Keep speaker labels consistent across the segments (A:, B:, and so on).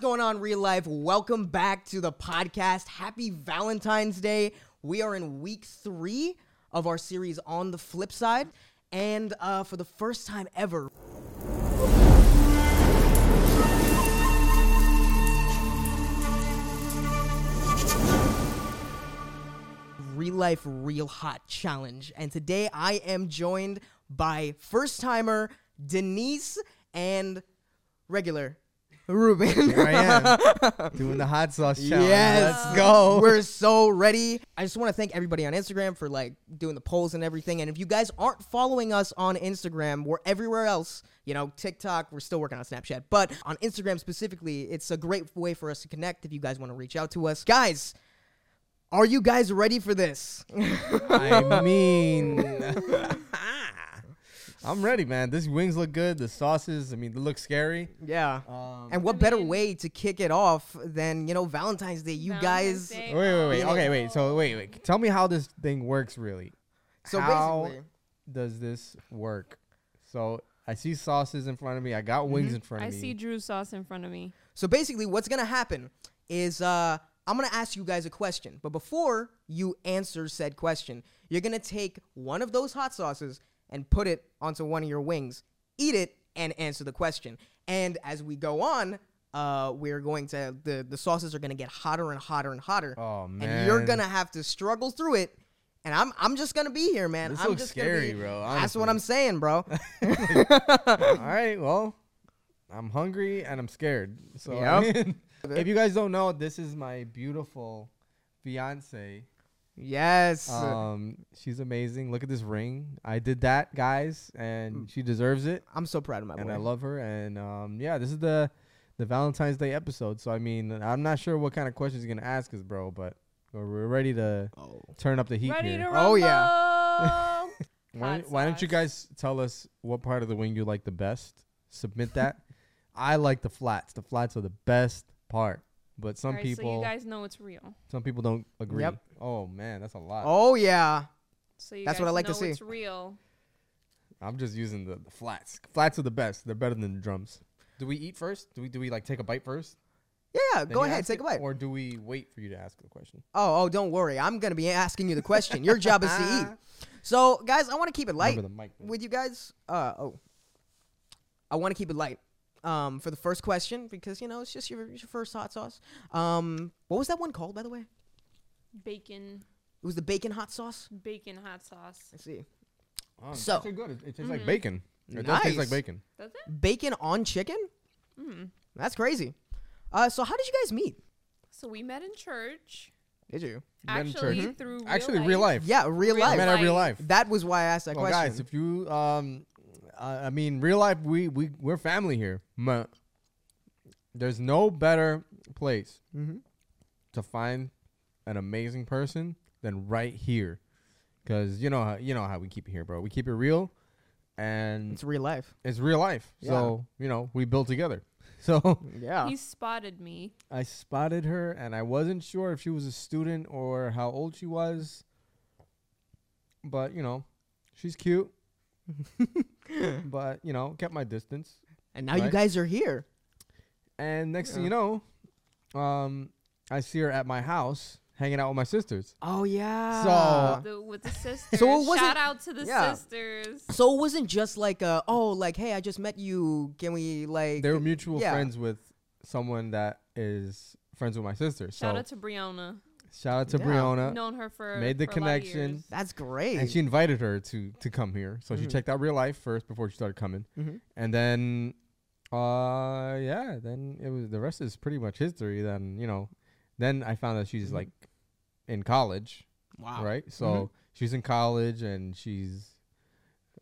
A: going on, real life? Welcome back to the podcast. Happy Valentine's Day. We are in week three of our series on the flip side. And uh, for the first time ever, Real Life Real Hot Challenge. And today I am joined by first timer Denise and regular Ruben.
B: Here I am doing the hot sauce challenge.
A: Yes.
B: let's go.
A: We're so ready. I just want to thank everybody on Instagram for like doing the polls and everything. And if you guys aren't following us on Instagram, we're everywhere else. You know, TikTok, we're still working on Snapchat, but on Instagram specifically, it's a great way for us to connect if you guys want to reach out to us. Guys, are you guys ready for this?
B: I mean, I'm ready, man. These wings look good. The sauces, I mean, they look scary.
A: yeah.
B: Um,
A: and what better way to kick it off than, you know, Valentine's Day? You guys.
B: wait, wait, wait. Okay, wait. So wait, wait. Tell me how this thing works, really.
A: So
B: how
A: basically.
B: does this work? So I see sauces in front of me. I got
A: Mm-hmm.
B: wings in front
C: I
B: of me.
C: see Drew sauce in front of me.
A: So basically, what's gonna happen is uh, I'm gonna ask you guys a question, but before you answer said question, you're gonna take one of those hot sauces and put it onto one of your wings, eat it, and answer the question. And as we go on, uh, we're going to the the sauces are gonna get hotter and hotter and hotter.
B: Oh,
A: And you're
B: man.
A: gonna have to struggle through it. And I'm I'm just gonna be here, man.
B: This
A: I'm
B: looks
A: just gonna be-
B: scary, bro,
A: That's what
B: honestly.
A: I'm saying, bro.
B: All right, well, I'm hungry and I'm scared. So I
A: Yep.
B: mean, if you guys don't know, this is my beautiful fiance.
A: yes.
B: Um, she's amazing. Look at this ring. I did that, guys, and she deserves it.
A: I'm so proud of my
B: And
A: boy.
B: I love her. And um, yeah, this is the the Valentine's Day episode. So I mean, I'm not sure what kind of questions you're gonna ask us, bro, but we're ready to
A: oh.
B: turn up the heat
C: Ready
B: here.
C: to rumble.
A: Oh,
C: yeah.
B: Why,
C: Hot
B: why don't you
C: sauce.
B: guys tell us what part of the wing you like the best? Submit that. I like the flats. The flats are the best part, but some
C: So
B: people
C: you guys know it's real.
B: some people don't agree.
A: Yep.
B: Oh man, that's a lot.
A: Oh yeah.
C: So you
A: That's
C: guys
A: what I like to
C: know
A: see.
C: It's real.
B: I'm just using the, the flats. Flats are the best. They're better than the drums. Do we eat first? Do we do we like take a bite first?
A: Yeah, yeah,
B: Then
A: go
B: you
A: ahead,
B: ask
A: take
B: it?
A: a bite.
B: Or do we wait for you to ask the question?
A: oh, oh, don't worry. I'm gonna be asking you the question. Your job is to eat. So, guys, I want to keep it light
B: Remember the mic. man.
A: with you guys. Uh oh, I want to keep it light. Um, for the first question because you know it's just your, your first hot sauce. Um, what was that one called, by the way? It
C: Bacon,
A: was the bacon hot sauce.
C: bacon hot sauce.
A: Let's see,
B: Oh, it's
A: So-
B: actually good. It, it tastes like bacon. It does
A: Nice.
B: taste like bacon.
C: Does it?
A: bacon on chicken.
B: Hmm.
A: That's crazy. Uh, so how did you guys meet?
C: So we met in church.
A: Did you?
B: Met in
C: Actually,
A: Hmm.
B: church.
C: through real
B: Actually,
C: life.
B: real life.
A: Yeah, real,
C: Real
B: I
A: life.
B: met at real
C: life.
B: life.
A: That was why I asked that
B: Well,
A: question.
B: guys, if you, um, I I mean, real life, we we we're family here. Ma- There's no better place
A: Mm-hmm.
B: to find an amazing person than right here, because you know how you know how we keep it here, bro. We keep it real, and
A: it's
B: it's,
A: real life.
B: real life. So you know we built together. So
A: Yeah.
C: He spotted me.
B: I spotted her, and I wasn't sure if she was a student or how old she was, but you know, she's cute. but you know, kept my distance.
A: And now you
B: Right.
A: guys are here.
B: And next thing you know, um, I see her at my house hanging out with my sisters.
A: Oh yeah.
B: So- Uh,
C: the, with the sisters.
A: wasn't-
C: Shout out to the
A: yeah.
C: sisters.
A: So it wasn't just like a oh like hey I just met you can we like
B: They were mutual
A: yeah.
B: friends with someone that is friends with my sister. So
C: Shout out to Brianna.
B: shout out to
A: Yeah.
B: Brianna.
C: Known her for
B: made the
C: for a lot of
B: connection.
C: years.
A: that's great
B: And she invited her to to come here. So she
A: Mm-hmm.
B: checked out real life first before she started coming.
A: Mhm.
B: And then uh yeah, then it was the rest is pretty much history. Then, you know, then I found out she's like in college.
A: Mm-hmm. wow Mm-hmm.
B: Right? So she's in college and she's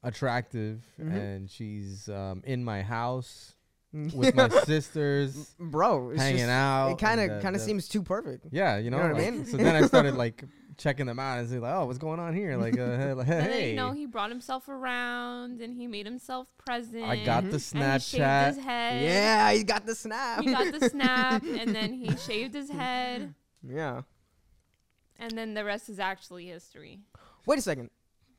B: attractive
A: Mm-hmm.
B: and she's um, in my house
A: Mm.
B: with my sisters.
A: bro it's
B: hanging
A: just-
B: out
A: it kind
B: and
A: of
B: the-
A: kind of
B: the-
A: seems too perfect
B: Yeah, you know,
A: know what I
B: like-
A: mean?
B: So then I started like checking them out and say like, oh, what's going on here? Like, uh, hey,
C: And then, you know, he brought himself around and he made himself present.
B: I got the
C: And he shaved
B: Snapchat.
C: his head.
A: Mm-hmm. yeah you got the snap
C: He got the snap and then he shaved his head.
A: yeah
C: And then the rest is actually history.
A: wait a second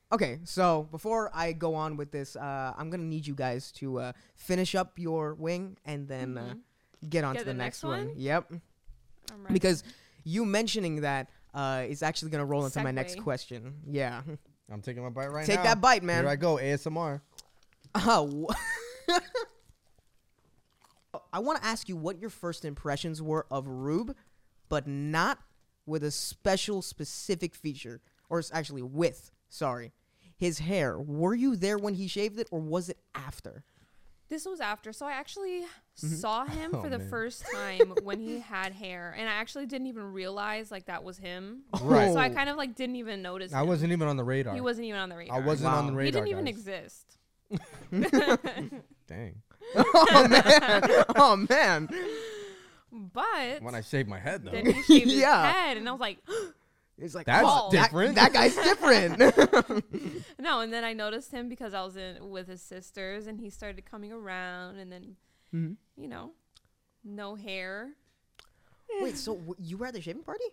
A: okay so before I go on with this uh, I'm gonna need you guys to uh, finish up your wing and then uh, get on
C: Get
A: to the,
C: the
A: next
C: next
A: one.
C: one?
A: Yep.
C: All right.
A: Because you mentioning that uh, is actually going to roll into my next
C: Segue.
A: question. Yeah.
B: I'm taking my bite right
A: Take
B: now.
A: that bite, man.
B: Here I go, ASMR.
A: Oh. wh- I want to ask you what your first impressions were of Rube, but not with a special specific feature, or it's actually with, sorry, his hair. Were you there when he shaved it, or was it after?
C: This was after, so I actually saw him
B: Oh,
C: for the
B: man.
C: first time when he had hair, and I actually didn't even realize like that was him.
B: Right.
C: So I
A: Oh.
C: kind of like didn't even notice.
B: I
C: him.
B: wasn't even on the radar.
C: He wasn't even on the radar.
B: I wasn't on the
A: Wow.
B: radar.
C: He didn't even
B: guys.
C: exist.
B: Dang.
A: oh man! Oh man!
C: But
B: When I shaved my head though.
C: then he shaved his
A: Yeah.
C: head, and I was like,
A: It's like
B: That's
A: oh, that-
B: different.
A: That, guy's different.
C: no. And then I noticed him because I was in with his sisters, and he started coming around, and then
B: Mm-hmm.
C: you know, no hair.
A: Wait, so w- you were at the shaving party?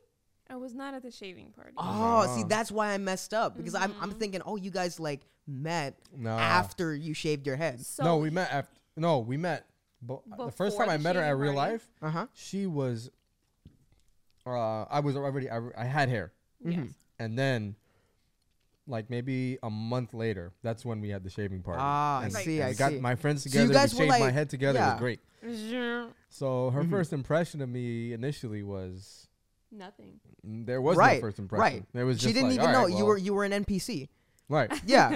C: I was not at the shaving party.
A: Oh, see,
B: Nah.
A: that's why I messed up because I'm,
C: Mm-hmm.
A: I'm thinking, oh, you guys like met
B: Nah.
A: after you shaved your head.
C: So
B: no, we met after. No, we met. Bo- the first
C: Before
B: time I
C: the
B: met her at
C: shaving
B: real
C: party?
B: life,
A: Uh huh.
B: she was. Uh, I was already. I, I had hair,
C: yes.
B: mm-hmm. and then, like maybe a month later, that's when we had the shaving party.
A: Ah, I
B: and,
A: see,
B: and
A: I
B: we got
A: see.
B: my friends
A: So you
B: together.
A: guys
B: we
A: were
B: shaved my
A: like-
B: head together. It
A: yeah. Mm-hmm.
B: was great. So her first impression of me initially was
C: Nothing.
B: there was
A: right.
B: no first impression.
A: Right.
B: There was.
A: she
B: just
A: didn't
B: like,
A: even
B: "All
A: know
B: right,
A: you
B: well,"
A: were you were an NPC.
B: right.
A: Yeah.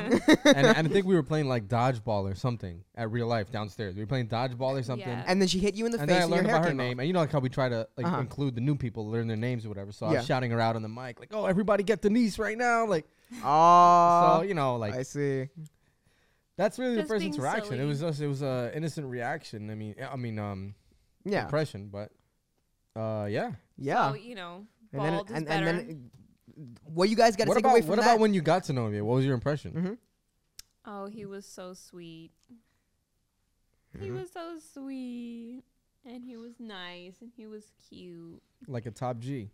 B: and, and I think we were playing like dodgeball or something at real life downstairs. We were playing dodgeball or something.
C: Yeah.
A: and then she hit you in the
B: and
A: face.
B: then I learned
A: and your hair
B: about her
A: came off.
B: name, and you know like how we try to like
A: Uh-huh.
B: include the new people, learn their names or whatever. So I
A: Yeah.
B: was shouting her out on the mic, like, "Oh, everybody get Denise right now!" Like,
A: Oh,
B: so you know,
A: I
B: like
A: see.
B: that's really the
C: Just
B: first
C: being
B: interaction. It
C: silly.
B: was just it was a innocent reaction. I mean, I mean, um,
A: Yeah.
B: impression, but uh, yeah.
A: Yeah.
C: So, Oh, you know,
A: and then
C: bald is
A: and, and
C: better.
A: then what you guys got to
B: What
A: take away
B: about
A: from
B: what
A: that?
B: about when you got to know me? What was your impression?
C: oh, he was so sweet.
B: Mm-hmm.
C: He was so sweet. And he was nice and he was cute.
A: Mm-hmm.
B: Like a top G.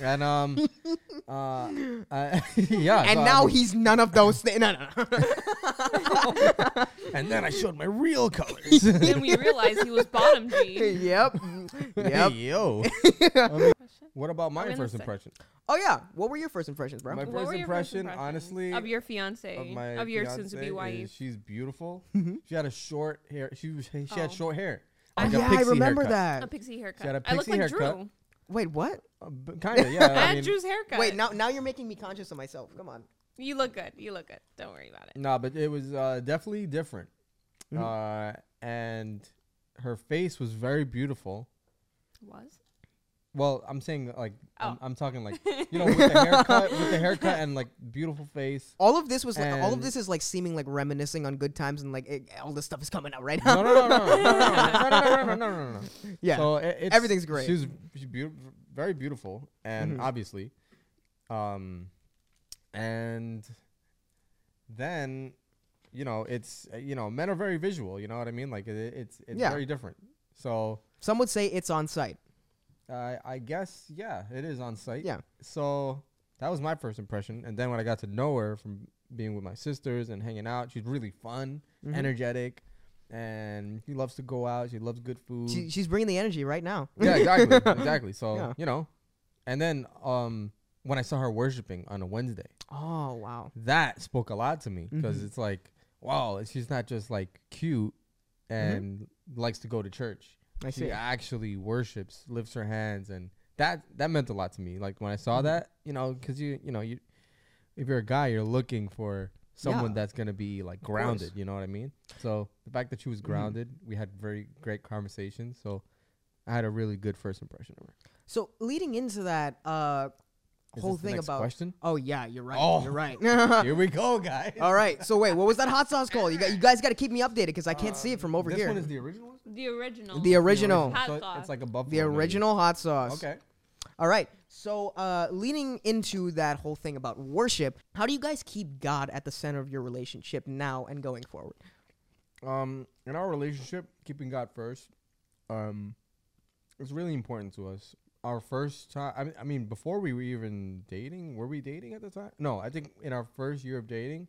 B: and um, uh, I- yeah. so
A: and
B: I
A: now
B: mean-
A: he's none of those things. No, no, no.
B: and then I showed my real colors.
C: then we realized he was bottom G.
A: yep. Yep.
B: Yo.
C: Question?
B: What about
C: I'm
B: my
C: gonna
B: first
C: say-
B: impression?
A: Oh yeah. What were your first impressions, bro?
B: My
C: What
B: first
C: were your
B: impression, honestly,
C: of your fiance,
B: Of my
C: your
B: fiancée
C: soon-to-be
B: is
C: wife. Mm-hmm.
B: She's beautiful. She had a short hair. She was, she had
C: Oh.
B: short hair.
C: I-
B: Like a
A: yeah, I
B: pixie
A: remember
B: haircut.
C: A
A: that.
C: pixie haircut.
B: had a
C: I look
B: pixie
C: like
B: haircut.
C: Drew.
A: Wait, what?
B: Uh, but kinda, yeah.
C: I
B: I
C: had
B: mean,
C: Drew's haircut.
A: Wait, now now you're making me conscious of myself. Come on.
C: you look good. You look good. Don't worry about it.
B: nah, but it was uh, definitely different.
C: Mm-hmm.
B: Uh, and her face was very beautiful.
C: Was
B: Well, I'm saying like I'm,
C: Oh.
B: I'm talking like you know with the haircut, with the haircut and like beautiful face.
A: All of this was like, all of
B: And-
A: this is like seeming like reminiscing on good times and like it, all this stuff is coming out right now.
B: No, no, no, no, no, no, no, no, no, no, no, no, no, no.
A: yeah.
B: So it, it's,
A: Everything's great. Mm-hmm.
B: She's she's beautiful, very beautiful, and obviously, um, and then, you know, it's uh, you know, men are very visual. You know what I mean? Like it, it's it's
A: Yeah.
B: very different. So
A: Some would say it's on site.
B: uh, I guess yeah, it is on site.
A: Yeah.
B: So that was my first impression, and then when I got to know her from being with my sisters and hanging out, she's really fun,
A: Mm-hmm.
B: energetic, and she loves to go out. She loves good food.
A: She, she's bringing the energy right now.
B: yeah, exactly, exactly. So
A: Yeah.
B: you know, and then um, when I saw her worshiping on a Wednesday,
A: Oh wow.
B: that spoke a lot to me
A: Mm-hmm.
B: because it's like, wow, she's not just like cute
A: Mm-hmm.
B: and likes to go to church.
A: I
B: she
A: see.
B: actually worships, lifts her hands, and that that meant a lot to me. Like when I saw
A: Mm-hmm.
B: that, you know, because you you know you, if you're a guy, you're looking for someone
A: Yeah.
B: that's gonna be like
A: course. Mm-hmm.
B: grounded. You know what I mean? So the fact that she was grounded, we had very great conversations. So I had a really good first impression of her.
A: So leading into that uh,
B: Is
A: whole
B: this the
A: thing
B: next
A: about.
B: question.
A: Oh yeah, you're right.
B: Oh.
A: You're right.
B: Here we go, guys.
A: all right. So wait, what was that hot sauce called? You, got, you guys got to keep me updated because I can't see it from over
B: this
A: here.
B: one is the original. one?
C: the original?
A: The original.
C: Hot
B: So it-
C: sauce.
B: it's like a buffalo.
A: The
B: nugget.
A: original hot sauce.
B: Okay.
A: All right. So, uh, leaning into that whole thing about worship, how do you guys keep God at the center of your relationship now and going forward?
B: Um, in our relationship, keeping God first, um, is really important to us. Our first time, I mean, I mean, before we were even dating, were we dating at the time? No, I think in our first year of dating,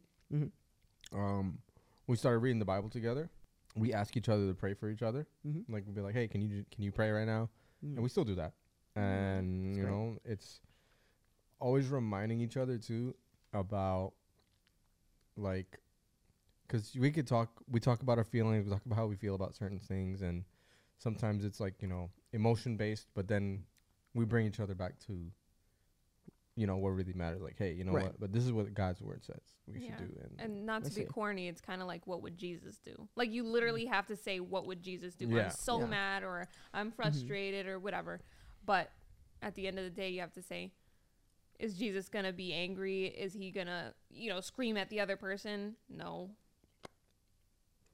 B: um, we started reading the Bible together, we ask each other to pray for each other.
A: Mhm.
B: Like we'd be like, "Hey, can you can you pray right now?" And we still do that. And you
A: great.
B: know, it's always reminding each other too about like cuz we could talk we talk about our feelings, we talk about how we feel about certain things and sometimes it's like, you know, emotion based, but then we bring each other back to you know what really matters like hey you know
A: Right.
B: what but this is what god's word says we
C: Yeah.
B: should do and,
C: And not to
A: I
C: be
A: see. Mm.
C: corny, it's kind of like what would Jesus do? Like you literally have to say what would Jesus do?
B: Yeah.
C: I'm so
A: Yeah. Mm-hmm.
C: mad or I'm frustrated or whatever. But at the end of the day, you have to say is Jesus going to be angry? Is he going to, you know, scream at the other person? No.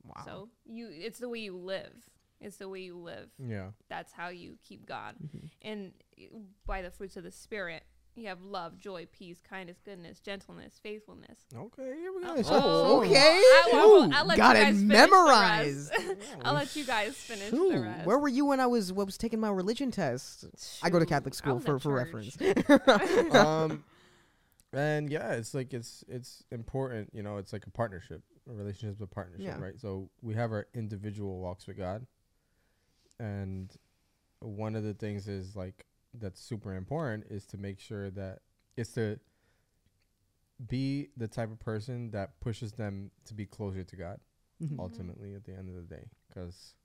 A: Wow.
C: So you it's the way you live. It's the way you live.
A: Mm.
B: yeah
C: That's how you keep God.
A: Mm-hmm.
C: And eh, by the fruits of the spirit, you have love, joy, peace, kindness, goodness, gentleness, faithfulness.
B: okay here we go
C: Oh,
B: It's-
A: Oh,
C: Ooh.
A: okay.
C: I will-
A: Ooh,
C: I'll let
A: got
C: you
A: it
C: guys finish the
A: memorized.
C: rest. I'll let you guys finish the
A: Ooh,
C: rest.
A: where were you when I was when I was taking my religion test? I go to
C: Shoot,
A: Catholic
C: I
A: school
C: was
A: for
C: at
A: for
C: church.
A: reference.
B: um, and yeah, it's like it's it's important. You know, it's like a partnership. A relationship's a partnership,
A: Yeah.
B: right? So we have our individual walks with God, and one of the things is like that's super important is to make sure that it's to be the type of person that pushes them to be closer to God
C: Mm-hmm.
A: Mhm.
B: ultimately at the end of the day because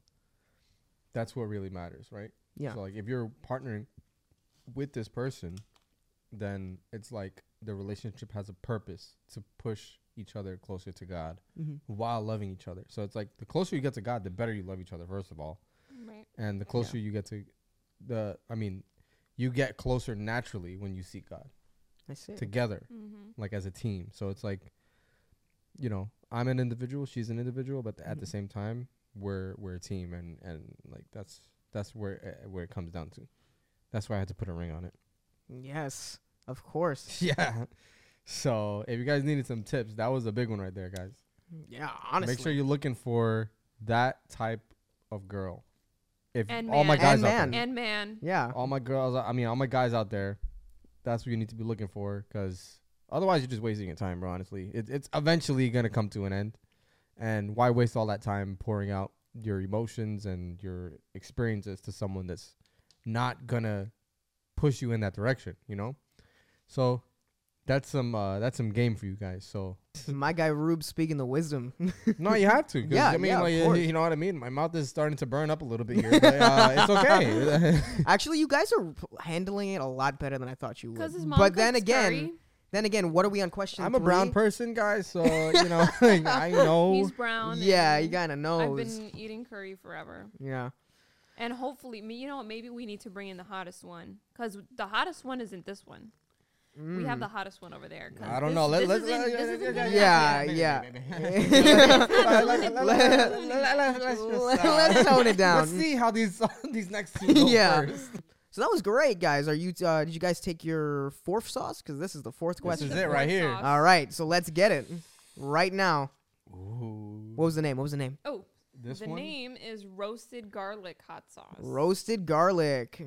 B: that's what really matters right
A: Yeah.
B: so like if you're partnering with this person, then it's like the relationship has a purpose to push each other closer to God
A: Mhm.
B: while loving each other. So it's like the closer you get to God, the better you love each other first of all.
C: Right.
B: And the closer you get to the I mean, you get closer naturally when you seek God
A: I see.
B: together
C: Mm-hmm.
B: like as a team. So it's like, you know, I'm an individual, she's an individual, but at the
A: Mhm.
B: same time, we're we're a team, and and like that's that's where uh, where it comes down to. That's why I had to put a ring on it.
A: Yes, of course.
B: yeah. So if you guys needed some tips, that was a big one right there, guys.
A: Yeah, honestly.
B: Make sure you're looking for that type of girl. If
C: And
B: all my
C: man.
B: guys
A: And
B: out
A: man.
B: there,
C: And man,
A: yeah.
B: all my girls, I mean all my guys out there, that's what you need to be looking for, because otherwise you're just wasting your time, bro. Honestly, it, it's eventually gonna come to an end, and why waste all that time pouring out your emotions and your experiences to someone that's not gonna push you in that direction, you know? So that's some uh, that's some game for you guys. So
A: My guy Rube speaking the wisdom.
B: no, you have to. 'cause,
A: Yeah,
B: I mean,
A: yeah, of
B: like, you-
A: course.
B: you know what I mean. My mouth is starting to burn up a little bit here, but uh, it's okay.
A: Actually, you guys are p- handling it a lot better than I thought you would.
C: because his mom.
A: but then
C: cooks
A: again,
C: curry.
A: then again, what are we on question?
B: I'm a brown
A: three?
B: person, guys, so you know I know.
C: he's brown.
A: Yeah,
C: and
A: you gotta
C: I've
A: know.
C: been eating curry forever,
A: Yeah.
C: and hopefully, me- you know what? Maybe we need to bring in the hottest one because the hottest one isn't this one.
A: Mm.
C: We have the hottest one over there. 'cause
B: I don't
C: this-
B: know. Let,
C: this
B: let's
C: isn't-
B: let,
C: this isn't
A: yeah,
C: good
A: yeah,
C: enough yet.
A: yeah.
B: Let's
A: Let's tone it down.
B: uh, see how these these next two go
A: Yeah.
B: first.
A: So that was great, guys. Are you? Uh, did you guys take your fourth sauce? Because this is the fourth
B: This
A: question.
B: is it right here.
C: Sauce.
A: All right, so let's get it right now. What
B: Ooh,
A: was the name? What was the name?
C: Oh,
B: this
C: the
B: one.
C: name is roasted garlic hot sauce.
A: Roasted garlic.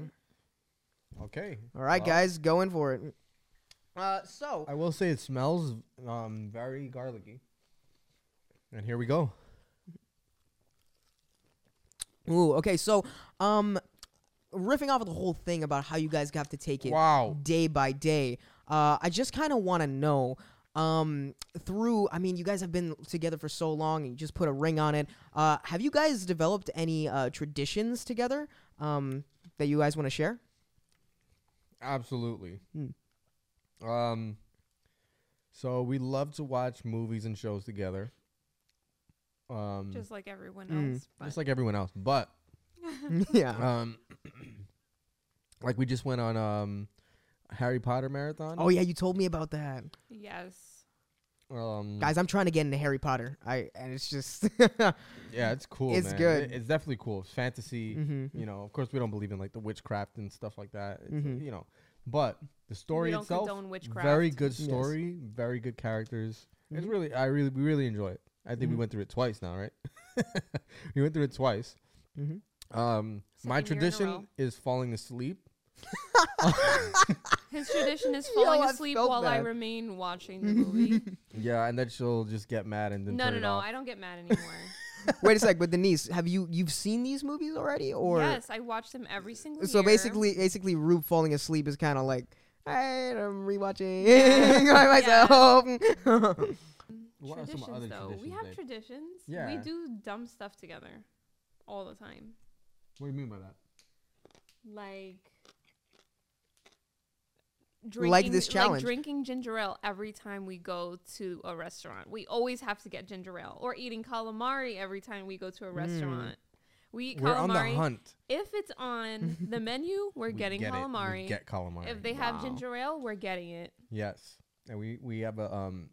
B: Okay.
A: All right,
B: Well,
A: guys, going for it. Uh, so
B: I will say it smells um very garlicky. And here we go.
A: Ooh, okay. So, um, riffing off of the whole thing about how you guys have to take it
B: Wow.
A: day by day, uh, I just kind of want to know, um, through, I mean, you guys have been together for so long and you just put a ring on it. Uh, have you guys developed any uh, traditions together um, that you guys want to share?
B: Absolutely.
A: Hmm.
B: Um. So we love to watch movies and shows together. Um,
C: Just like everyone
A: Mm.
C: else. but-
B: just like everyone else, but
A: yeah.
B: um, like we just went on um, Harry Potter marathon.
A: Oh yeah, you told me about that,
C: Mm. yes.
B: um,
A: guys. I'm trying to get into Harry Potter. I and it's just
B: yeah, it's cool.
A: it's
B: man.
A: good.
B: It- it's definitely cool. It's fantasy.
A: Mhm.
B: You know, of course, we don't believe in like the witchcraft and stuff like that. It's,
A: Mhm.
B: You know, but the story
C: don't
B: itself,
C: condone witchcraft.
B: very good
A: Yes.
B: story, very good characters. It's
A: Mhm.
B: really, I really, we really enjoy it. I think we
A: Mhm.
B: went through it twice now, right? we went through it twice.
A: Mhm.
B: Um, my
C: Second year in a
B: tradition
C: row.
B: is falling asleep.
C: His tradition is
A: Yo,
C: falling
A: I
C: asleep
A: felt
C: while I
A: that.
C: remain watching the movie.
B: Yeah, and then she'll just get mad and then
C: no,
B: turn
C: no,
B: it
C: no.
B: off.
C: I don't get mad anymore.
A: Wait a sec, but Denise, have you you've seen these movies already, or
C: yes, I watch them every single
A: so
C: year.
A: basically, basically, Rube falling asleep is kind of like all right, I'm rewatching by myself.
B: What are some
C: traditions
B: other
C: though. we
B: traditions,
C: have
B: babe?
C: traditions. We
B: Yeah.
C: do dumb stuff together all the time.
B: What do you mean by that?
C: Like drinking,
A: Like this challenge.
C: drinking ginger ale every time we go to a restaurant. We always have to get ginger ale, or eating calamari every time we go to a restaurant. We eat
B: Mm. We're
C: calamari.
B: on the hunt.
C: If it's on the menu, we're
B: We
C: getting
B: get it. We
C: calamari.
B: get calamari.
C: if they have
A: Wow.
C: ginger ale, we're getting it.
B: yes, and we we have a um,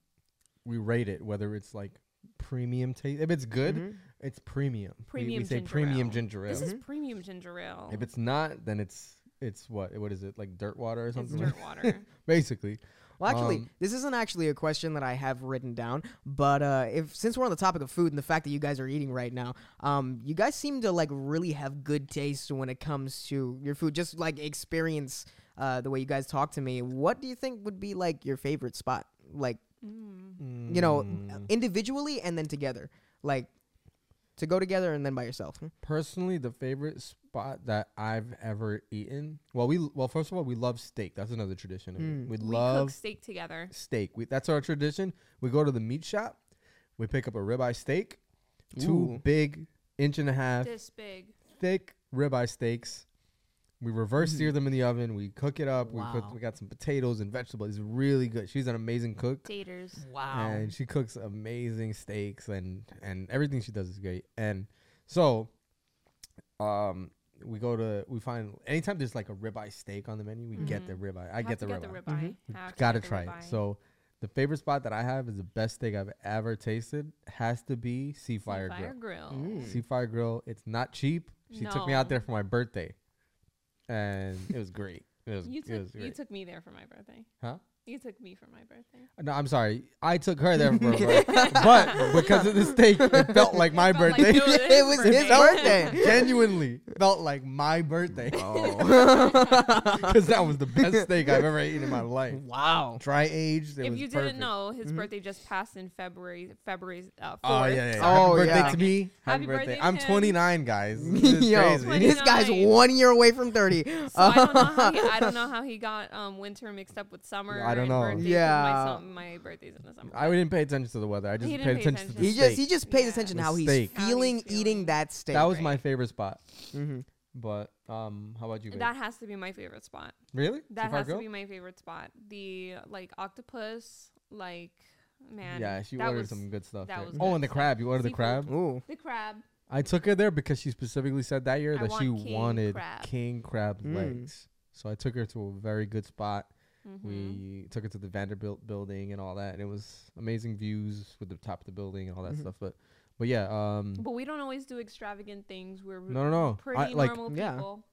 B: we rate it whether it's like premium taste. If it's good, it's premium. We- We,
C: Mm-hmm. Premium
B: say
C: ginger
B: premium
C: ale.
B: ginger ale.
C: This is premium ginger ale.
B: Mm-hmm. If it's not, then it's it's what what is it like dirt water or
C: It's
B: something?
C: dirt
B: like-
C: water.
B: Basically,
A: Well, actually,
B: Um,
A: this isn't actually a question that I have written down, but uh, if since we're on the topic of food and the fact that you guys are eating right now, um, you guys seem to like really have good taste when it comes to your food. Just like experience uh, the way you guys talk to me. What do you think would be like your favorite spot? Like
C: Mm-hmm.
A: you know,
B: Mm.
A: individually and then together, like to go together and then by yourself.
B: personally, the favorite spot that I've ever eaten. Well, we well first of all we love steak. That's another tradition. of it. We
C: Mm. we cook
B: love
C: steak together.
B: steak. We, that's our tradition. We go to the meat shop. We pick up a ribeye steak, two
A: Ooh.
B: big inch and a half
C: This big.
B: thick ribeye steaks. We
C: Mm-hmm.
B: reverse sear them in the oven. We cook it up. We
A: Wow.
B: put we got some potatoes and vegetables. It's really good. She's an amazing cook.
C: Daters.
A: Wow.
B: and she cooks amazing steaks and and everything she does is great and so um we go to we find anytime there's like a ribeye steak on the menu we get the ribeye i
C: Mm-hmm. Have
B: get the
C: to
B: ribeye,
C: get the ribeye.
B: We
C: Have to
B: gotta
C: get the
B: try
C: ribeye.
B: it so the favorite spot that i have is the best steak i've ever tasted has to be sea fire
C: Fire
B: grill Mm-hmm.
C: grill.
B: sea fire grill it's not cheap she took me
C: Hmm. No.
B: out there for my birthday and it was great it was,
C: You
B: it
C: took
B: was
C: you
B: great.
C: took me there for my birthday.
B: huh
C: You took me for my birthday.
B: no, I'm sorry. I took her there for her, but because of the steak, it felt like my
C: felt like
B: birthday.
C: it was his
A: it was his birthday.
B: Genuinely felt like my birthday.
A: Oh.
B: Because that was the best steak I've ever eaten in my life.
A: wow.
B: Dry aged. It
C: if
B: was
C: you
B: perfect. Mm-hmm.
C: didn't know, his birthday just passed in February. February uh, 4th.
B: Oh yeah, yeah, yeah.
A: Oh,
B: Happy birthday
A: yeah.
B: to me. Happy,
C: Happy
B: birthday.
C: birthday to
B: I'm
C: him.
B: 29, guys. This is
A: Yo,
B: crazy.
A: this guy's
C: 29.
A: one year away from thirty. uh,
C: So I, don't know how he, I don't know how he got um, winter mixed up with summer.
B: I don't
C: and
B: know.
C: birthdays in
A: Yeah.
C: My, sum- my birthday's in the summer.
B: I didn't pay attention to the weather. I just
C: He
B: paid
C: didn't pay
B: attention, to the
A: He
B: steak.
A: just he just pays
C: Yeah.
A: attention to
B: The
A: how he's,
B: steak.
C: How he's
A: feeling
C: feeling.
A: eating that steak.
B: that was Mm-hmm. my
C: right.
B: favorite spot.
A: Mhm.
B: But um, how about you? Babe?
C: That has to be my favorite spot.
B: really?
C: That
B: Too far
C: has to
B: go?
C: be my favorite spot. The like octopus, like man.
B: Yeah, she
C: that
B: ordered
C: was-
B: some good stuff.
C: that
B: there.
C: was
B: Oh,
C: good
B: and the
C: stuff.
B: crab. You ordered the
C: Seafood.
B: crab.
A: Ooh.
C: The crab.
B: I took her there because she specifically said that year
C: I
B: that
C: want
B: she
C: king
B: wanted
C: crab.
B: king crab
A: Mm.
B: legs. So I took her to a very good spot.
C: Mhm.
B: We took her to the Vanderbilt building and all that, and it was amazing views with the top of the building and all that stuff. But, but yeah, um,
C: But we don't always do extravagant things. We're
B: no, no, no. I,
C: pretty
B: like
C: normal
A: yeah.
C: people.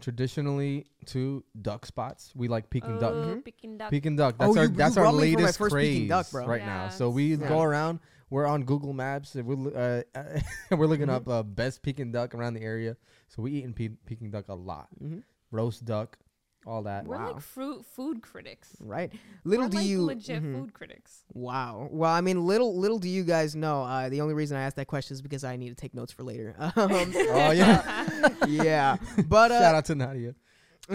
B: traditionally to duck spots. We like Peking duck.
C: Oh, Peking duck.
B: Peking duck. That's
A: Oh,
B: our
A: you- you
B: that's our
A: brought me for my
B: latest
A: first
B: craze
A: Peking duck, bro.
B: right now. So
C: Yes.
B: we
C: Yeah.
B: go around. We're on Google Maps. And we're lo- uh, we're looking up uh, best Peking duck around the area. So we eating pe- Peking duck a lot.
A: Mhm.
B: Roast duck, all that.
C: We're
A: Wow.
C: like fruit food critics.
A: Right. Little
C: We're
A: do
C: like
A: you
C: legit
B: mm-hmm.
C: food critics.
A: Wow. Well, I mean little little do you guys know, uh, the only reason I asked that question is because I need to take notes for later. Um,
B: Oh yeah!
A: yeah. But
B: Shout
A: uh,
B: out to Nadia.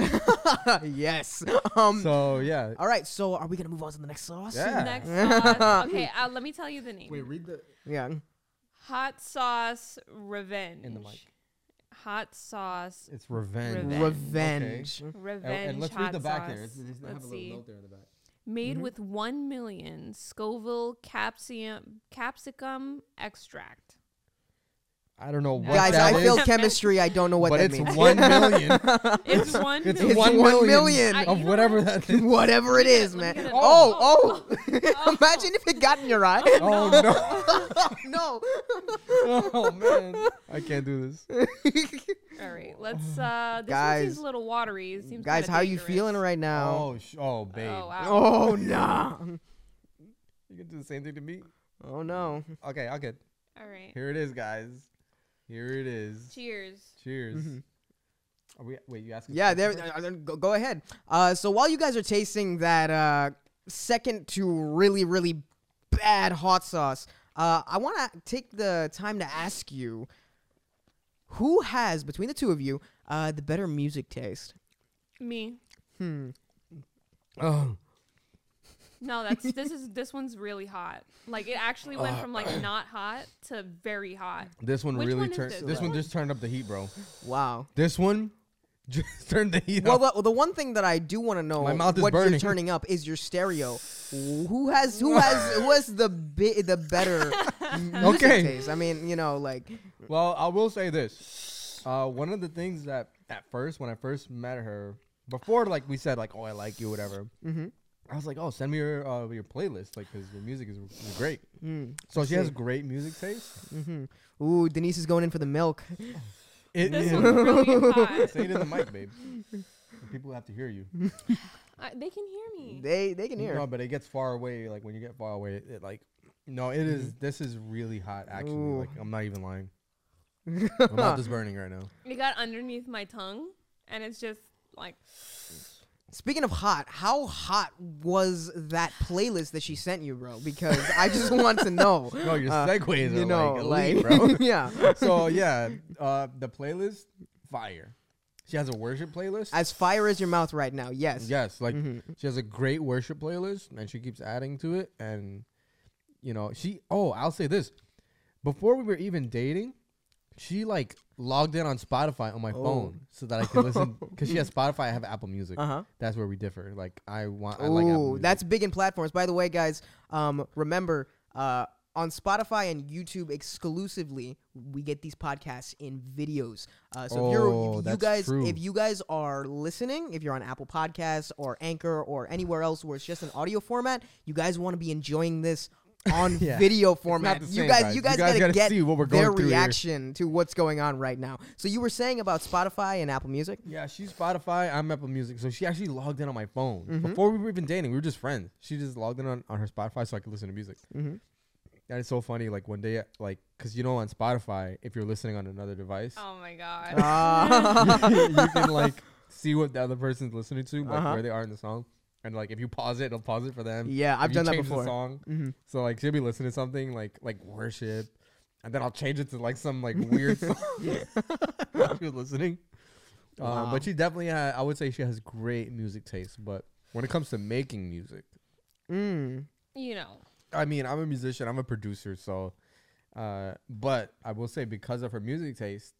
A: yes. Um
B: So yeah.
A: all right, so are we gonna move on to the next sauce?
B: Yeah.
C: Next sauce. Okay, uh, let me tell you the name.
B: read the.
A: Yeah.
C: Hot sauce revenge.
B: mic.
C: Hot sauce
B: It's revenge.
A: Revenge.
C: Revenge.
B: Oh, And,
C: revenge.
B: and let's
C: hot
B: read the back
C: sauce.
B: there. It's, it's
C: let's
B: have a
C: see.
B: little Mm-hmm. note there in the back.
C: Made with one million Scoville capsium capsicum extract.
B: I don't know what
A: Guys, I
B: that
A: feel
B: is,
A: chemistry, I don't know what
B: but
A: that
B: it's
A: means.
B: one million.
C: It's one.
B: It's
C: million.
B: one
A: one
B: million
A: million.
C: I-
B: of
C: you know
B: whatever
C: what?
B: that is.
A: Whatever it
C: Let me
A: is,
C: get-
A: man.
C: let me get it.
A: Oh, oh. Imagine if it got in your eye.
B: Oh no!
A: no.
B: oh man, I can't do this.
C: All right, let's. Uh, this one
A: Guys.
C: seems a little watery. It seems
A: Guys,
C: kinda
A: how you
C: dangerous.
A: feeling right now?
B: Oh, sh- oh, babe.
C: Oh wow.
A: Oh, nah.
B: You can do the same thing to me.
A: Oh no.
B: Okay, I'll get.
C: All right.
B: Here it is, guys. Here it is.
C: Cheers.
B: Cheers. Are we? Wait, you asking?
A: Yeah, there. uh, uh, Go, go ahead. Uh, so while you guys are tasting that uh, second to really, really bad hot sauce, Uh, I want to take the time to ask you who has, between the two of you, uh, the better music taste?
C: Me.
B: Oh,
C: No, that's this is this one's really hot. Like it actually
A: Uh,
C: went from like not hot to very hot.
B: this one
C: Which
B: really
C: one is
B: turned.
C: this
B: This,
C: one?
B: one just turned up the heat, bro.
A: Wow.
B: This one just turned the heat
A: Well,
B: up.
A: the, well, the one thing that I do want to know,
B: My mouth is
A: what you're
B: burning.
A: turning up is your stereo. Who has who has who has the bi- the better music
B: Okay.
A: taste? I mean, you know, like
B: Well, I will say this. Uh, one of the things that at first, when I first met her, before like we said, like, oh, I like you, whatever.
A: Mhm.
B: I was like, oh, send me your uh, your playlist, like, because your music is, is great. so she has great music taste.
A: mm-hmm. ooh, Denise is going in for the milk.
B: It
C: This
B: is.
C: one's really hot.
B: Say it in the mic, babe. The People have to hear you.
C: I, they can hear me.
A: They they can hear.
B: No, but it gets far away. Like when you get far away, it, it, like no, it is. This is really hot. Actually,
A: Mm-hmm. Ooh.
B: like I'm not even lying. My mouth is burning right now.
C: It got underneath my tongue, and it's just like
A: Speaking of hot, how hot was that playlist that she sent you, bro? Because I just want to know.
B: No, your
A: Uh,
B: segues are
A: You know,
B: like,
A: like,
B: elite,
A: yeah.
B: bro. so yeah, uh, the playlist fire. She has a worship playlist.
A: As fire as your mouth right now. Yes. Mm-hmm.
B: yes, like she has a great worship playlist, and she keeps adding to it. And you know, she. Oh, I'll say this: before we were even dating, she like logged in on Spotify on my
A: Oh.
B: phone so that I could listen because she has Spotify. I have Apple Music.
A: Uh-huh.
B: That's where we differ. Like I want. I like Apple
A: Ooh,
B: Music.
A: that's big in platforms. By the way, guys, um, remember uh, on Spotify and YouTube exclusively, we get these podcasts in videos. Uh, so if
B: Oh,
A: you're, if you
B: that's
A: guys,
B: true.
A: if you guys are listening, if you're on Apple Podcasts or Anchor or anywhere else where it's just an audio format, you guys want to be enjoying this. On
B: Yeah.
A: video format,
B: the
A: you
B: same,
A: guys, you
B: guys. You
A: guys,
B: guys
A: gotta,
B: gotta
A: get
B: see what we're
A: their
B: going through here.
A: reaction to what's going on right now. So you were saying about Spotify and Apple Music?
B: Yeah, she's Spotify. I'm Apple Music. So she actually logged in on my phone before we were even dating. We were just friends. She just logged in on, on her Spotify so I could listen to music.
A: Mhm.
B: And it's so funny. Like one day, like because you know on Spotify, if you're listening on another device,
C: oh my god.
A: Ah.
B: you can like see what the other person's listening to, like
A: Uh-huh.
B: where they are in the song, and like if you pause it, it'll pause it for them.
A: Yeah, I've
B: If you
A: done that
B: change the
A: before. Mm-hmm.
B: song, so like she'll be listening to something like like worship, and then I'll change it to like some like weird song. while she was listening,
A: Wow.
B: uh, but she definitely had. I would say she has great music taste, but when it comes to making music,
A: Mm.
C: You know,
B: I mean, I'm a musician, I'm a producer, so. Uh, but I will say because of her music taste,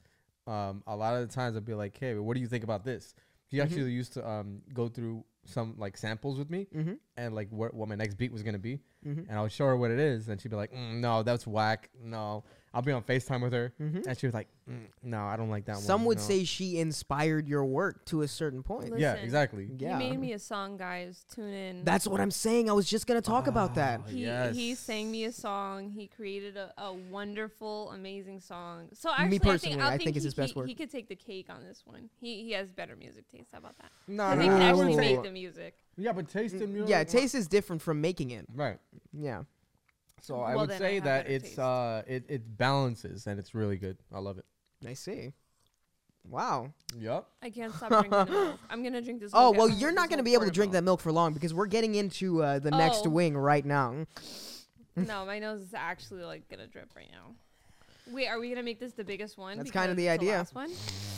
B: um, a lot of the times I'd be like, "Hey, what do you think about this?"
A: Mm-hmm.
B: She actually used to um go through some like samples with me
A: Mhm.
B: and like what what my next beat was gonna be,
A: Mhm.
B: and I would show her what it is, and she'd be like, mm, "No, that's whack. No." I'll be on Facetime with her, and she was like, mm, "No, I don't like that one."
A: Mm-hmm. Some would
B: no."
A: say she inspired your work to a certain point.
C: Listen.
B: "Yeah, exactly."
A: Yeah.
C: he made me a song, guys. Tune in.
A: That's what I'm saying. I was just going to talk about that.
B: Oh,
C: he
B: yes.
C: he sang me a song. He created a, a wonderful, amazing song. So
A: Me
C: actually,
A: personally,
C: I think, I
A: I
C: think,
A: think it's
C: he,
A: his best
C: he,
A: work.
C: he could take the cake on this one. He he has better music taste. How about that?
B: No,
C: Because
B: no,
C: he can
B: no, I
C: actually
B: wouldn't say-
C: make
A: Ooh.
C: the music.
B: Yeah, but taste and music.
A: Mm, Yeah, taste is different from making it.
B: Right.
A: Yeah.
B: So I
C: Well,
B: would
C: then I
B: say
C: have
B: that
C: better
B: it's
C: taste.
B: uh it, it balances and it's really good. I love it.
A: I see. Wow.
B: Yep.
C: I can't stop drinking the milk. I'm gonna drink this.
A: Oh,
C: whole-
A: well,
C: I'm gonna
A: you're
C: drink
A: not going
C: this
A: to
C: whole
A: be able to
C: quart of
A: drink
C: milk.
A: that milk for long because we're getting into uh, the next
C: Oh.
A: wing right now.
C: No, my nose is actually like gonna drip right now. Wait, are we gonna make this the biggest one?
A: That's kinda
C: because
A: the
C: it's
A: idea.
C: last one?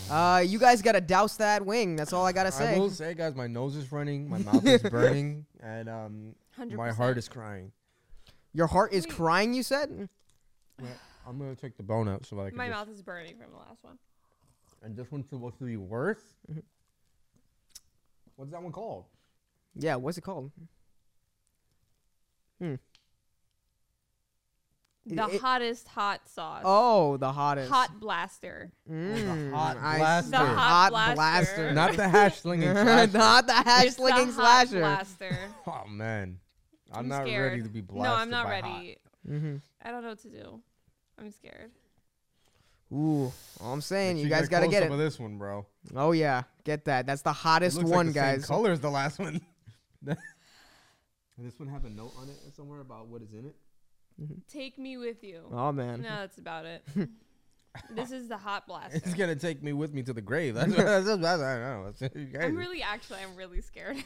A: Uh, you guys got to douse that wing. That's all I got to say.
B: I will say, guys, my nose is running, my mouth is burning, and um,
C: 100%.
B: my heart is crying.
A: Your heart is
C: Wait.
A: crying, you said?
B: I'm gonna take the bone out so that I can.
C: My
B: just-
C: mouth is burning from the last one.
B: And this one's supposed to be worse. What's that one called?
A: Yeah, what's it called? It-
C: The
A: it-
C: hottest hot sauce.
A: Oh, the hottest.
C: Hot blaster.
A: Mm,
B: hot
A: I see.
B: blaster. The
C: hot blaster.
B: Not the hash slinging. slash-
A: Not the hash
C: It's the
A: slinging
C: hot
A: slasher.
C: blaster.
B: Oh man, I'm,
C: I'm
B: not
C: scared.
B: ready to be
C: No,
B: blasted.
C: I'm not
B: by
C: ready.
A: Mm-hmm.
C: I don't know what to do. I'm scared.
A: Ooh, all I'm
B: Hot.
A: saying,
B: Make
A: you
B: sure
A: guys
B: got
A: gotta get it.
B: Of this one, bro.
A: Oh yeah, get that. That's the
B: It
A: hottest
B: looks
A: one,
B: like the
A: guys.
B: Same color as the last one. this one have a note on it somewhere about what is in it.
C: Take me with you.
A: Oh man,
C: no, that's about it. this is the hot blaster.
B: It's gonna take me with me to the grave. That's, that's, that's, I don't know. That's- you guys-
C: I'm really, actually, I'm really scared.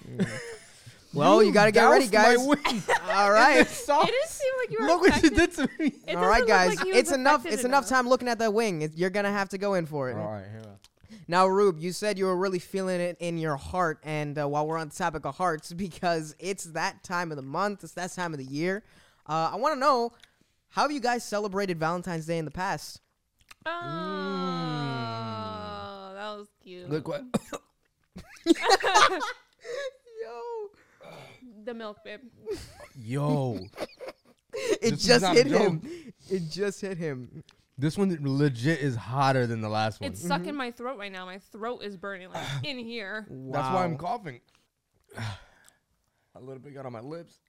A: Well, you, gotta get ready,
B: doused my
A: guys.
B: wings
A: All
B: in
A: right.
C: It
B: sauce.
C: didn't seem like you were.
B: Look what you
C: affected.
B: did to me.
C: It
A: All right,
C: doesn't
A: guys.
C: look like you
A: it's
C: was
A: enough.
C: affected
A: It's enough
C: enough.
A: time looking at that wing. It, you're gonna have to go in for it.
B: All right, here. we go.
A: Now, Rube, you said you were really feeling it in your heart, and uh, while we're on the topic of hearts, because it's that time of the month, it's that time of the year. Uh, I want to know how have you guys celebrated Valentine's Day in the past?
B: Mm.
C: Oh, that was cute.
B: Look what.
A: Yo,
C: The milk bib.
B: Yo,
A: it
B: This is
A: just
B: not
A: hit
B: a joke.
A: him. It just hit him.
B: this one legit is hotter than the last one.
C: It's stuck in my throat right now. My throat is burning like in here.
A: Mm.
B: That's why I'm
A: Wow.
B: coughing. A little bit got on my lips.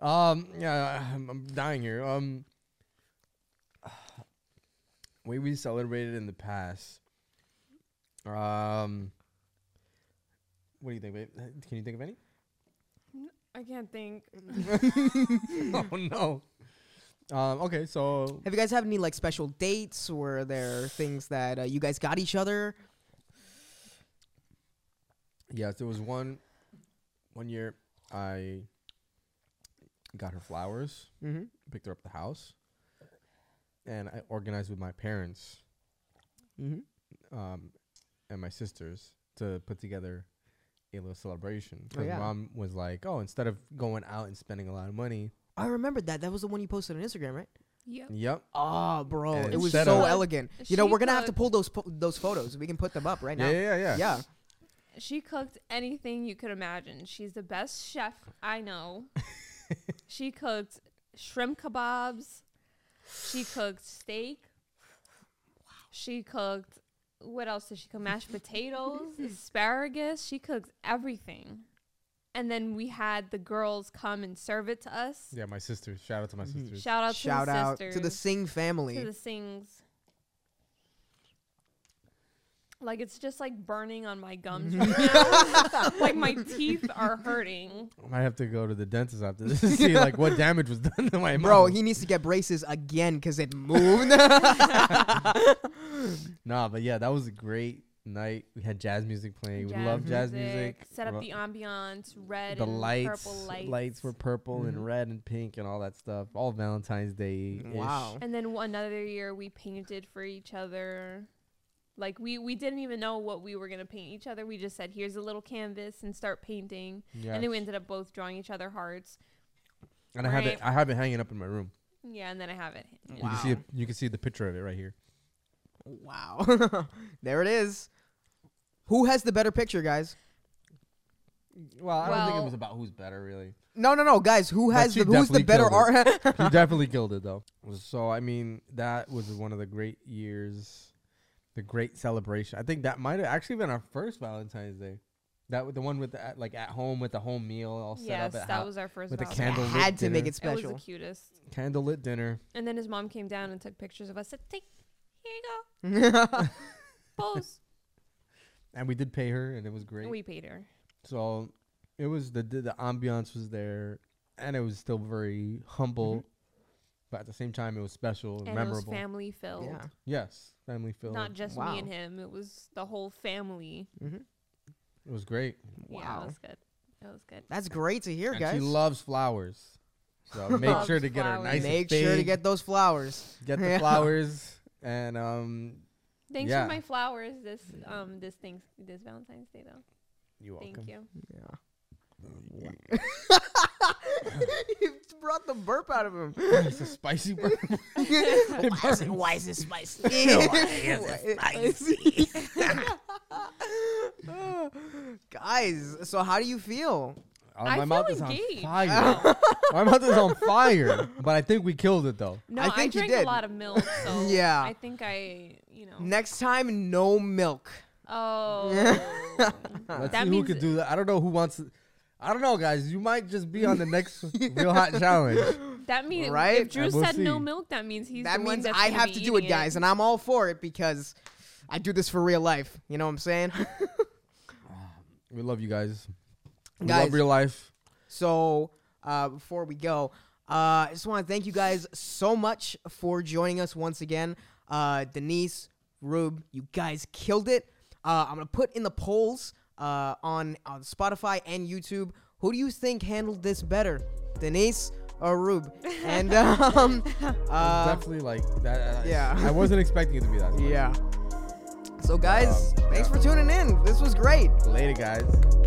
B: um, yeah, I'm, I'm dying here. Um, way we celebrated in the past. Um, what do you think, babe? Uh, Can you think of any?
C: I can't think.
B: Mm. oh no. Um, okay, so
A: Have you guys had any like special dates? Were there things that uh, you guys got each other?
B: yes, there was one, one year I got her flowers.
A: Mm-hmm.
B: picked her up at the house, and I organized with my parents
A: Mm-hmm.
B: um, and my sisters to put together a little celebration.
A: Oh,
B: Because
A: yeah.
B: mom was like, "Oh, instead of going out and spending a lot of money,
A: I remembered that. That was the one you posted on Instagram, right?
C: Yep.
B: yep,
A: Oh, bro,
B: And
A: it was
B: set
A: so
B: up-
A: elegant. You know,
C: She
A: we're gonna have to
C: cooked-
A: pull those po- those photos. We can put them up right now.
B: yeah, yeah, yeah,
A: Yeah.
C: She cooked anything you could imagine. She's the best chef I know. she cooked shrimp kebabs. She cooked steak. She cooked. What else did she cook? Mashed potatoes, asparagus. She cooked everything. And then we had the girls come and serve it to us.
B: yeah. My sisters, shout out to my sisters.
C: Shout out
A: Shout
C: to the
A: out
C: sisters.
A: to the Singh family.
C: to the sings. Like it's just like burning on my gums right
B: Mm-hmm.
C: now. like my teeth are hurting.
B: I might have to go to the dentist after this to see like what damage was done to my
A: Bro,
B: mouth.
A: he needs to get braces again because it moved.
B: nah, but yeah, that was a great night. We had jazz music playing. we love jazz music.
C: Set up
B: Ro-
C: the ambiance, red
B: the
C: and
B: lights,
C: purple lights.
B: were purple
C: Mm-hmm.
B: and red and pink and all that stuff. All Valentine's Day.
A: Wow.
C: and then one- another year we painted for each other. Like we we didn't even know what we were gonna paint each other. We just said, "Here's a little canvas and start painting." And then we ended up both drawing each other hearts.
B: And I have it.
C: Right.
B: I have it hanging up in my room.
C: Yeah, and then I have it.
B: You can see.
A: Wow.
B: It, you can see the picture of it right here.
A: wow. there it is. Who has the better picture, guys?
B: Well, I don't think it
C: Well-
B: was about who's better, really.
A: No, no, no, guys. Who
B: But
A: has
B: you
A: the who's the
B: definitely
A: better
B: killed
A: art?
B: he definitely killed it though. So I mean, that was one of the great years, the great celebration. I think that might have actually been our first Valentine's Day. That with the one with the, at- like at home with the home meal all set
C: Yes,
B: up at
C: that
B: hou-
C: was our first.
B: with a
C: Valentine's.
A: I
B: candle
A: had to make it
C: It
A: special.
C: was the cutest.
B: candlelit dinner.
C: And then his mom came down and took pictures of us. Said, "Take, here you
A: That's
C: go, pose."
B: And we did pay her, and it was great.
C: and we paid her.
B: So it was the the, the ambiance was there, and it was still very humble, but at the same time it was special and,
C: Mm-hmm. And
B: memorable.
C: it was family filled,
A: Yeah.
B: yes, family filled.
C: not just
A: Wow.
C: me and him. It was the whole family.
B: it was great.
C: Yeah,
A: Wow.
C: it was good. It was good.
A: great to hear,
B: And
A: guys.
B: she loves flowers, so make
C: Loves
B: sure to get her
C: flowers.
B: nice. and
A: Make sure to
B: big,
A: get those flowers.
B: get the
A: Yeah.
B: flowers and um.
C: Thanks
B: Yeah.
C: for my flowers this um this things this Valentine's Day though.
B: You
C: Thank
B: welcome.
C: you.
A: you brought the burp out of him.
B: it's a spicy burn.
A: why, is it, why is it spicy? Why is it spicy? Guys, so how do you feel?
B: Oh,
C: I
B: my
C: feel
B: mouth is
C: engaged.
B: on fire. my mouth is on fire, but I think we killed it though.
C: No,
A: I
C: I,
A: think you
C: drink
A: did.
C: a lot of milk, so
A: Yeah.
C: I think I you know.
A: Next time, no milk.
C: oh,
B: Let's
C: That
B: see who
C: means-
B: could do that. I don't know who wants. To, I don't know, guys. You might just be on the next Real Hot Challenge.
C: that means
A: Right?
C: if Drew
B: And we'll
C: said no
B: see.
C: milk, that means he's
A: that
C: the one
A: means
C: that's
A: I
C: gonna
A: have
C: be
A: to do it,
C: eating
A: guys, and I'm all for it because I do this for real life. You know what I'm saying?
B: We love you guys. We
A: Guys.
B: love real life.
A: So uh, before we go, uh, I just want to thank you guys so much for joining us once again. Uh, Denise, Rube, you guys killed it. Uh, I'm gonna put in the polls uh, on, on Spotify and YouTube. Who do you think handled this better, Denise or Rube? And um, uh,
B: Definitely like that. I-
A: yeah.
B: I wasn't expecting it to be that.
A: yeah. So guys,
B: Um,
A: thanks
B: yeah.
A: for tuning in. This was great.
B: Later, guys.